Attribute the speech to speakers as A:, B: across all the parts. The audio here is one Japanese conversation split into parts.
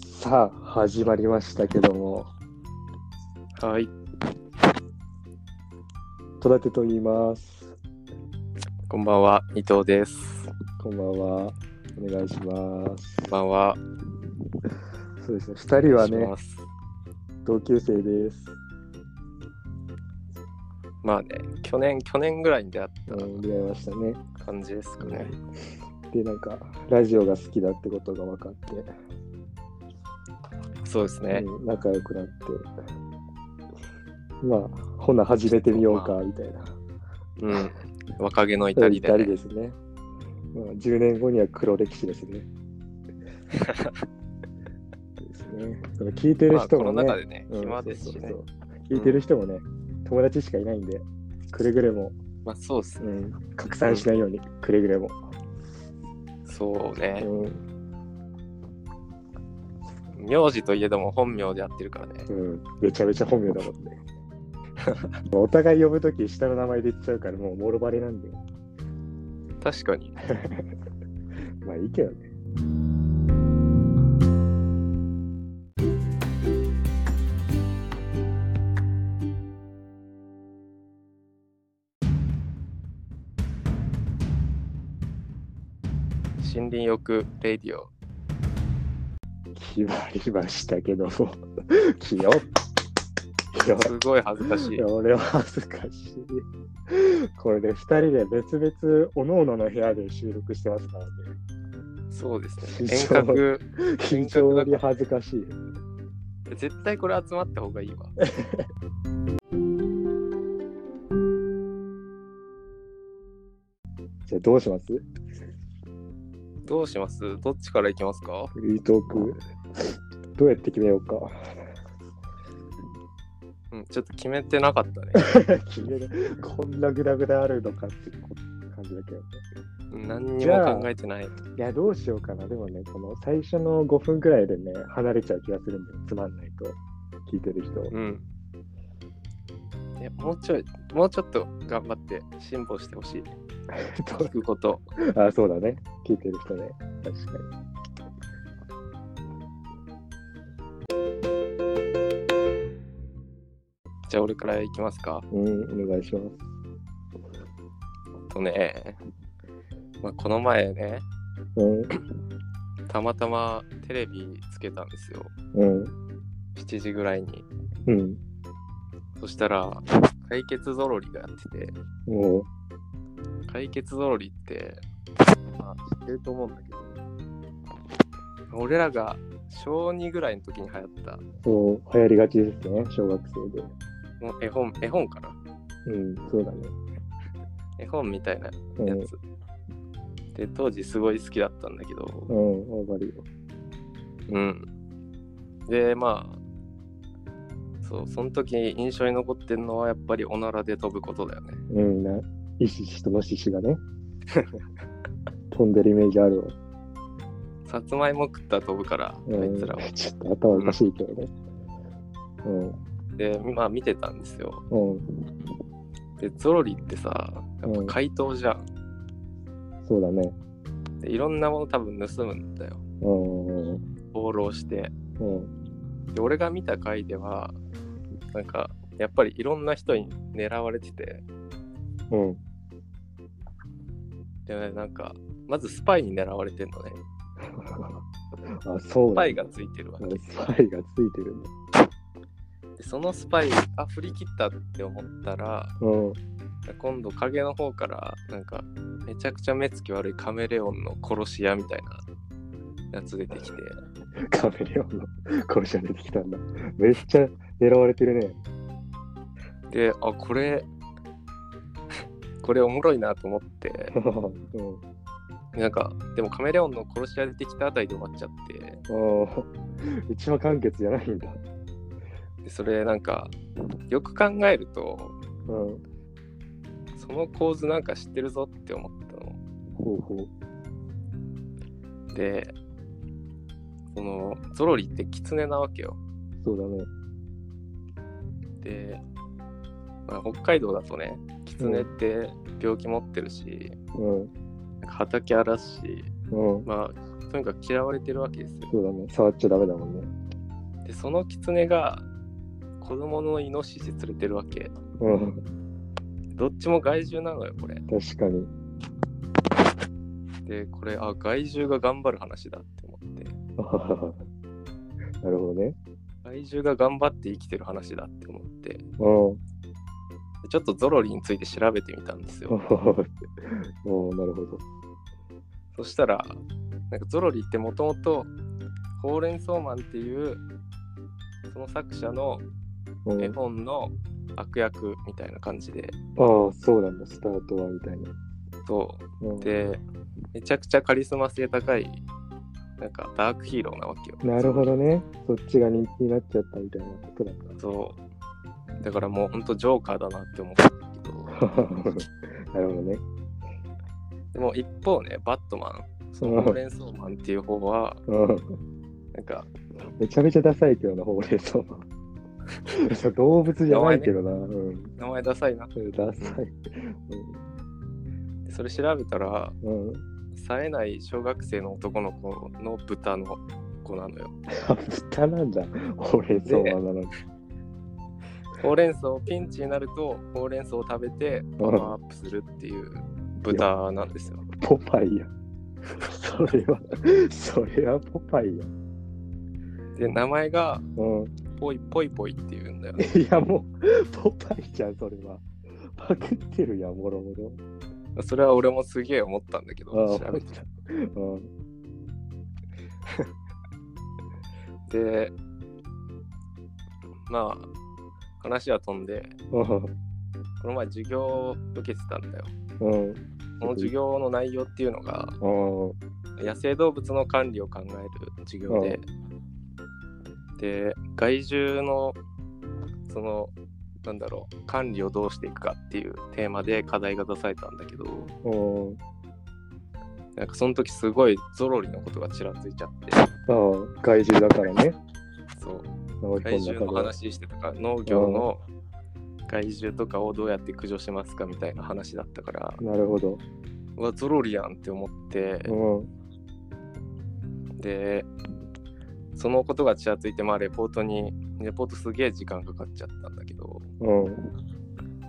A: さあ、始まりましたけども、
B: はい、
A: 戸建てと言います。
B: こんばんは、伊藤です。
A: こんばんは。お願いします。
B: こんばんは。
A: そうですね、2人は
B: お
A: ね
B: 願い、します
A: 同級生です。
B: まあね、去年、去年ぐらいに出会
A: うん、出会いましたね。
B: った感じですかね。
A: で、なんか、ラジオが好きだってことが分かって、
B: そうですね。
A: うん仲良くなって、まあ、ほな、始めてみようか、みたいな。
B: うん。若気の至
A: 二
B: りで、ね。
A: ですね。まあ、10年後には黒歴史です ね。ですね。これ聞いてる
B: まあ、
A: 人
B: この
A: もね、
B: 中でね、
A: うん
B: 暇ですしね。
A: そうそうそう聞いてる人もね、友達しかいないんで、くれぐれも、
B: まあ、そうです
A: う
B: ね。
A: ん、拡散しないように、くれぐれも。
B: そう
A: う
B: ね。
A: ん、
B: 名字といえども本名でやってるからね。
A: うん、めちゃめちゃ本名だもんね。 お互い呼ぶとき、下の名前で言っちゃうから、もう、もろバレなんで、
B: 確かに。
A: まあいいけどね。
B: 森林浴レディオ。
A: 決まりましたけども、 きよっ。きよっ
B: すごい恥ずかし
A: い
B: い
A: や。俺は恥ずかしい。これで2人で別々、おのおのの部屋で収録してますからね。
B: そうですね。
A: 非
B: 遠
A: 常に
B: 隔。
A: 非常に恥ずかしい。
B: 絶対これ集まった方がいいわ。
A: じゃあどうします
B: どうしますどっちから行きますか
A: フリートーク。どうやって決めようか。
B: うん、ちょっと決めてなかったね。
A: 決めるこんなグダグダあるのかって感じだけどね。
B: 何にも考えてない。
A: いや、どうしようかな。でもね、この最初の5分くらいでね、離れちゃう気がするんだよ。つまんないと。聞いてる人。
B: うん。いや、もうちょい、もうちょっと頑張って辛抱してほ しい。聞くこと。
A: あ、そうだね。聞いてる人ね。確かに。
B: じゃあ、俺から行きますか。
A: うん、お願いしま
B: とね、まあ、この前ね、
A: す。うん、
B: たまたまテレビつけたんですよ。
A: うん、
B: 7時ぐらいに。
A: うん。
B: そしたら、解決ぞろりがやってて、
A: もう、
B: 解決ぞろりって、まあ、知ってると思うんだけど、俺らが小2ぐらいの時に流行った
A: そう、流行りがちですね、小学生で。
B: もう絵本、絵本かな
A: うん、そうだね。
B: 絵本みたいな
A: うん、
B: やつ。で、当時すごい好きだったんだけ
A: う
B: ど、
A: ん、わかるよ。
B: うん。で、まあ、そう、その時印象に残ってるのはやっぱりおならで飛ぶことだよね。
A: うん、な、イシシとノシシがね、飛んでるイメージあるわ。
B: さつまいも食ったら飛ぶから、
A: う
B: あい
A: ん、
B: つらは。
A: ちょっと頭おかしいけどね。うん、
B: で、まあ見てたんですよ。
A: うん、
B: で、ゾロリってさ、やっぱ怪盗じゃん。
A: そうだね。
B: で、いろんなもの多分盗むんだよ。
A: うん、うん、
B: 放浪して。
A: うん、
B: で、俺が見た回では、なんか、やっぱりいろんな人に狙われてて、
A: うん。
B: でね、なんか、まずスパイに狙われてんのね。
A: あ、そう
B: ス
A: な
B: パ
A: ん
B: イ
A: だ
B: がついてるわ
A: う
B: け。
A: ん
B: で
A: スパイがついてるんだ。
B: そのスパイ、あ、振り切ったって思ったら、
A: うん、
B: 今度影の方から、なんか、めちゃくちゃ目つき悪いカメレオンの殺し屋みたいなやつ出てきて、
A: カメレオンの殺しが出てきたんだ。めっちゃ狙われてるね。
B: で、あ、これ、 これおもろいなと思って、
A: うん。
B: なんか、でもカメレオンの殺し屋出てきたあたりで終わっちゃって、
A: うん一話完結じゃないんだ。
B: でそれなんか、よく考えると、
A: うん。
B: その構図なんか知ってるぞって思ったの。
A: ほうほう。
B: でそのゾロリって狐なわけよ
A: そうだね。
B: で、まあ、北海道だとね狐って病気持ってるし、
A: う
B: なんか畑荒らすし
A: ん。うん。
B: まあとにかく嫌われてるわけですよ
A: そうだね。触っちゃダメだもんね。
B: でその狐が子供のイノシシ連れてるわけ
A: うん、
B: どっちも害獣なのよこれ
A: 確かに。
B: でこれあ害獣が頑張る話だって思って
A: あはははなるほどね。
B: 害獣が頑張って生きてる話だって思ってで
A: うん。
B: ちょっとゾロリについて調べてみたんですよ
A: おおなるほど。
B: そしたらなんかゾロリってもともとほうれん草マンっていうその作者の
A: うん、
B: 絵本の悪役みたいな感じで
A: ああ、そうなんだ、スタートはみたいな。
B: と
A: うん、
B: でめちゃくちゃカリスマ性高いなんかダークヒーローなわけよ
A: なるほどね。そっちが人気になっちゃったみたいなことだ った。
B: そうだからもうほんとジョーカーだなって思ったけど
A: なるほどね。
B: でも一方ねバットマンそのほうれん草マンっていう方は
A: うん、
B: なんか
A: めちゃめちゃダサいけどな、ほうれん草は。 そう動物じゃないけどな。うん、
B: 名前ダサいな
A: ダサい。
B: でそれ調べたら
A: うん。うん、
B: 冴えない小学生の男の子の豚の子なのよ
A: あ、豚なんだ。ほうれん草はなのに。
B: ほうれん草ピンチになるとほうれん草を食べてパワーアップするっていう豚なんですよ
A: ポパイや。それは、それはポパイや。
B: で名前が
A: うん。
B: ポイポイポイっていうんだよね
A: いやもう、ポパイじゃん、それは。パクってるやん、もろもろ。
B: それは俺もすげえ思ったんだけど
A: ああ、
B: 調べて
A: うん。
B: でまあ話は飛んで
A: うん
B: この前授業を受けてたんだよ
A: うん。
B: その授業の内容っていうのが
A: うん。
B: 野生動物の管理を考える授業で、で害獣のそのなんだろう管理をどうしていくかっていうテーマで課題が出されたんだけど
A: うん。
B: なんかその時すごいゾロリのことがちらついちゃって
A: ああ、怪獣だからね。
B: そう
A: 直
B: 害
A: 彦中で
B: 獣の
A: は
B: 話してたから農業の害獣とかをどうやって駆除しますかみたいな話だったから
A: なるほど。
B: うわゾロリやんって思って
A: うん。
B: でそのことがちらついてまあレポートにレポートすげえ時間かかっちゃったんだけど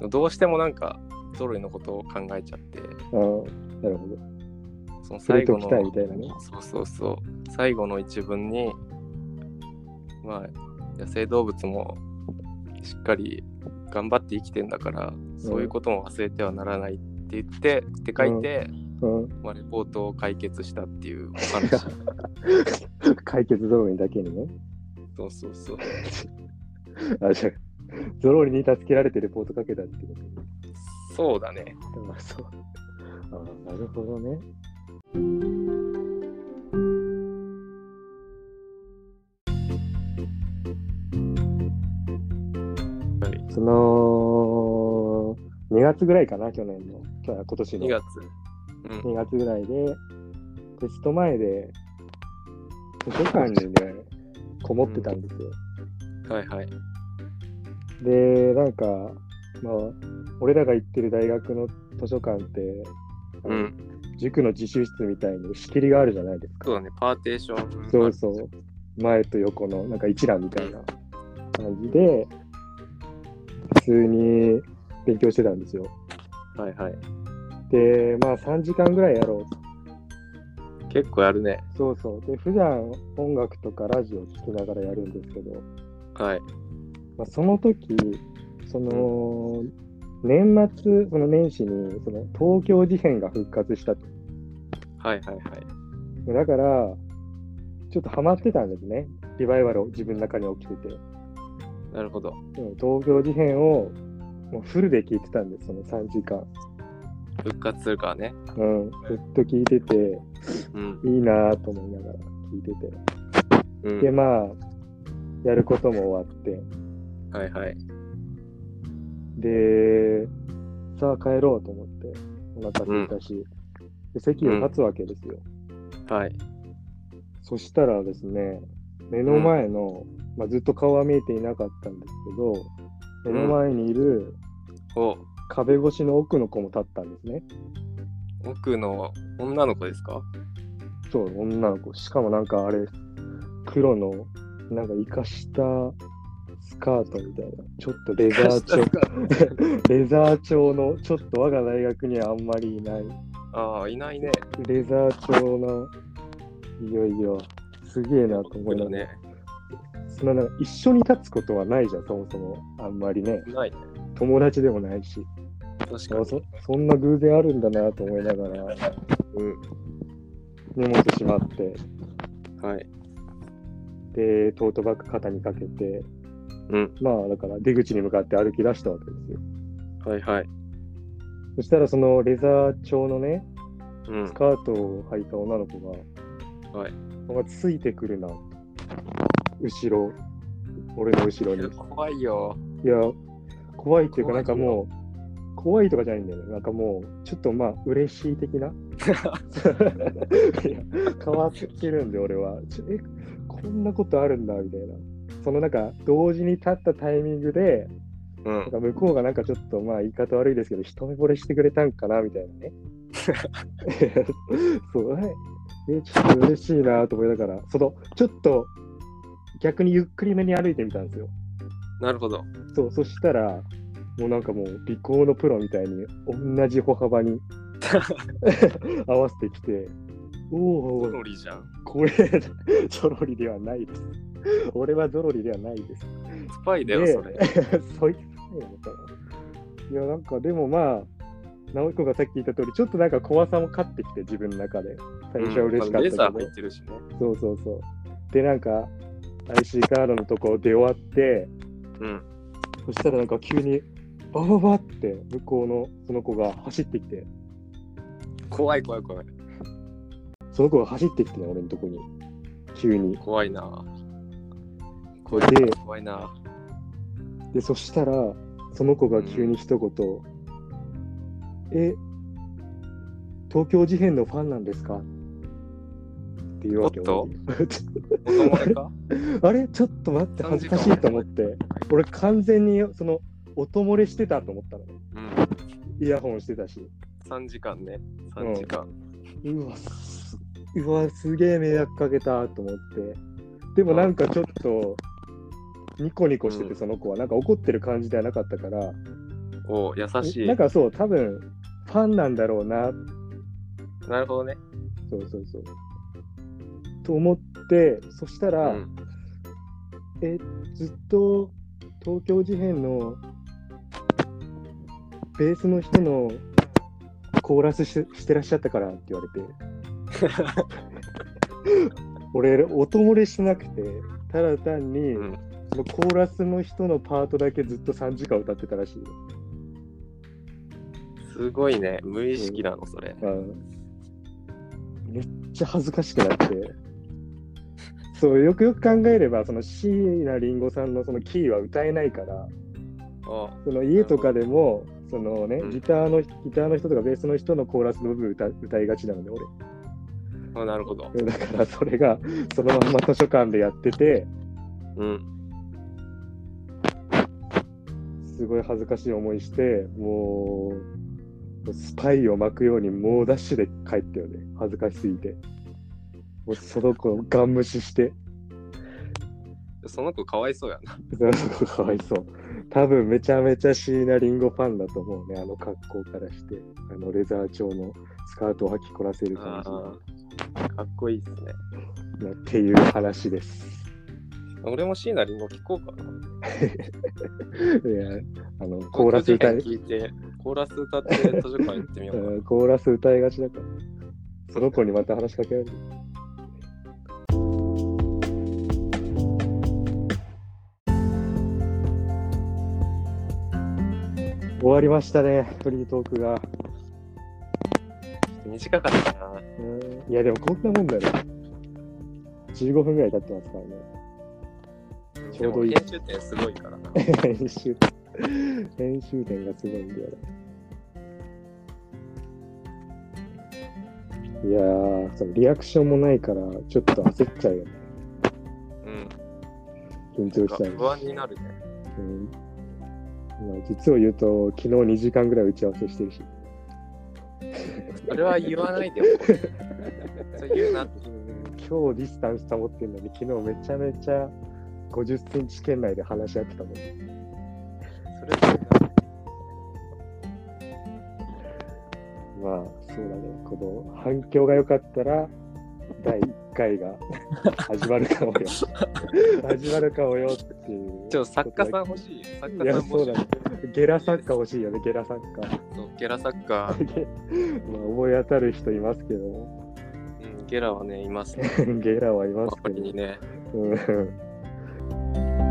A: うん。
B: どうしてもなんかゾロリのことを考えちゃって
A: ああ、なるほど。
B: その
A: 最
B: 最後
A: 後
B: の
A: きたいみたいなね。
B: そうそうそう最後の一文にまあ野生動物もしっかり頑張って生きてんだから、そういうことも忘れてはならないって言ってって書いて、
A: うん。
B: まあ、レポートを解決したっていうお 話
A: 解決ゾロリだけにね。
B: そうそうそう
A: あ、じゃあゾロリに助けられてレポートかけたってことね
B: そうだね
A: あそう。あなるほどね。
B: はい
A: その、2月ぐらいかな、去年の。去年今年の
B: 2月、うん、
A: 2月ぐらいで、テスト前で、図書館にね、こもってたんですよ。
B: はいはい。
A: で、なんか、まあ、俺らが行ってる大学の図書館って、あ
B: う
A: の
B: ん。
A: 塾の自習室みたいに仕切りがあるじゃないですか。
B: そうだね、パーテーション。
A: そうそう。前と横の、なんか一覧みたいな感じで、普通に勉強してたんですよ。
B: はいはい。
A: で、まあ3時間ぐらいやろうっ
B: 結構やるね。
A: そうそう。で、普段音楽とかラジオ聴きながらやるんですけど、
B: はい。
A: まあ、その時、その、年末、その年始に、その東京事変が復活したと。
B: はいはいはい。
A: だから、ちょっとハマってたんですね。リバイバルを自分の中に起きてて。
B: なるほど。
A: うん東京事変をもうフルで聞いてたんです、その3時間。
B: 復活するからね。
A: うん。ずっと聞いてて、
B: うん。
A: いいなぁと思いながら聞いてて。
B: う
A: で、
B: ん、
A: まあ、やることも終わって、
B: はいはい。
A: で、さあ帰ろうと思って、お腹空いたし、で席を立つわけですよ。
B: はい。
A: そしたらですね、目の前の、まあ、ずっと顔は見えていなかったんですけど、目の前にいる
B: お
A: 壁越しの奥の子も立ったんですね。
B: 奥の女の子ですか
A: そう、女の子。しかもなんかあれ、黒のなんか生かしたスカートみたいな、ちょっとレザー調、レザー調の、ちょっと我が大学にはあんまりいない、
B: ああ、いないね。
A: レザー調の、いよいよ、すげえなと思いながら、
B: ね。
A: そのなんか一緒に立つことはないじゃん、そもそも、あんまりね、
B: ないね。
A: 友達でもないし、
B: 確か
A: あ
B: に。
A: そそんな偶然あるんだなと思いながら、
B: うん。
A: 荷物しまって、
B: はい。
A: で、トートバッグ肩にかけて、
B: うん。
A: まあだから出口に向かって歩き出したわけですよ。
B: はいはい。
A: そしたらそのレザー調のね、
B: うん
A: ス。カートを履いた女の子が、
B: はい。
A: なんかついてくるなと、後ろ、俺の後ろ
B: い
A: に
B: や。怖いよ。
A: いや、怖いっていうか、
B: 怖
A: ないんかもう、怖いとかじゃないんだよね。なんかもう、ちょっとまあ、嬉しい的な。いや変わってるんで、俺は。ちょえ、こんなことあるんだ、みたいな。そのなんか、同時に立ったタイミングで、
B: う
A: なん
B: ん。
A: か向こうがなんかちょっとまあ言い方悪いですけど、一目惚れしてくれたんかなみたいなね。そう、はいえ、ちょっと嬉しいなと思いながら、その、ちょっと逆にゆっくりめに歩いてみたんですよ。
B: なるほど。
A: そう、そしたら、もうなんかもう、美行のプロみたいに、同じ歩幅 に合わせてきて、おお
B: ゾ
A: ー、
B: ロリじゃん。
A: これ、ゾロリではないです。俺はゾロリではないです。
B: スパイだよ、
A: ねえ
B: それ。
A: そいつ何なのかないや、なんかでもまあ、直子がさっき言った通り、ちょっとなんか怖さも勝ってきて、自分の中で。最初は嬉しかっ
B: レザ
A: た
B: ー
A: け
B: 入
A: ど
B: っ。てるしね。
A: そうそうそう。で、なんか、IC カードのとこ出終わって、
B: うん。
A: そしたらなんか急に、バババって、向こうのその子が走ってきて、
B: 怖い怖い怖い。
A: その子が走ってきてね、俺のとこに。急に。
B: 怖いな。こ
A: で
B: れ怖いな。
A: で、そしたら、その子が急に一言、え、東京事変のファンなんですかって言うわけ
B: おっと
A: 俺に
B: お友達か
A: あれちょっと待って、恥ずかしいと思って。俺、完全に、その、音漏れしてたと思ったのね。
B: うん。
A: イヤホンしてたし。
B: 3時間ね。
A: うん
B: 3時間。
A: うわ、すうわすげえ迷惑かけたと思って。でもなんかちょっと、ニコニコして
B: う
A: て、
B: ん
A: その子は、なんか怒ってる感じではなかったから、
B: お優しい。
A: な
B: なん
A: かそう、多分ファンなんだろうな、
B: るほどね。
A: そうそうそう。と思って、そした
B: う
A: ら、
B: ん。
A: ずっと東京事変のベースの人のコーラスししてらっしゃったからって言わ れて。俺、音漏れしてなくて、ただ単に、
B: うん
A: そのコーラスの人のパートだけずっと3時間歌ってたらしいよ。
B: すごいね。無意識なの、それ。
A: うんめっちゃ恥ずかしくなって。そうよくよく考えれば、その椎名林檎さんのそのキーは歌えないから、
B: お
A: その家とかでも、そのね
B: う、ん
A: ギターの、ギターの人とかベースの人のコーラスの部分歌歌いがちなので、
B: あなるほど。
A: 俺。だからそれが、そのまま図書館でやってて、
B: うん。
A: すごい恥ずかしい思いして、もう、スパイを巻くように猛ダッシュで帰ったよね。恥ずかしすぎて。もうその子、ガン無視して。
B: その子かわいそうやな。
A: そうそうかわいそう。多分めちゃめちゃ椎名林檎ファンだと思うね、あの格好からして。あのレザー調のスカートを履きこらせる感
B: あーかっこいいっすね。
A: じ。なっていう話です。
B: 俺も椎名林檎聞こうかな。
A: いや、あの、コーラス歌い、
B: 聞いて、コーラス歌って図書館行ってみようか
A: うんコーラス歌いがちだから。その子にまた話しかけられる。終わりましたね、フリートークが。
B: な。短かったな。
A: うんいや、でもこんなもんだよ。15分ぐらい経ってますからね。ち
B: で
A: ょう
B: も
A: どいい
B: 編集点すごいからな。
A: 編集、編集点がすごいんだよな。いやー、そのリアクションもないから、ちょっと焦っちゃうよね。
B: う
A: 緊張
B: ん。なん
A: し
B: か
A: ちゃうし。
B: 不安になるね。
A: うんまあ、実を言うと、昨日2時間ぐらい打ち合わせしてるし。
B: それは言わないでよ。それ言うなって。
A: 今日ディスタンス保ってるのに、昨日めちゃめちゃ50センチ圏内で話し合ってたもん。
B: それぞ
A: まあ、そうだね。この反響が良かったら、第1回 が始まるかもよ。始まるかもよっていう。
B: れちょ作家さん欲しいよ作
A: い
B: 家
A: や、
B: さん
A: そう
B: 欲しい
A: だね。ゲラ作家欲しいよね、ゲラ作家。
B: そうゲラ作家、
A: まあ、思い当たる人いますけども。
B: うん、ゲラはねいますね
A: ゲラはいます
B: 周
A: け
B: り
A: ど
B: に。ね
A: うん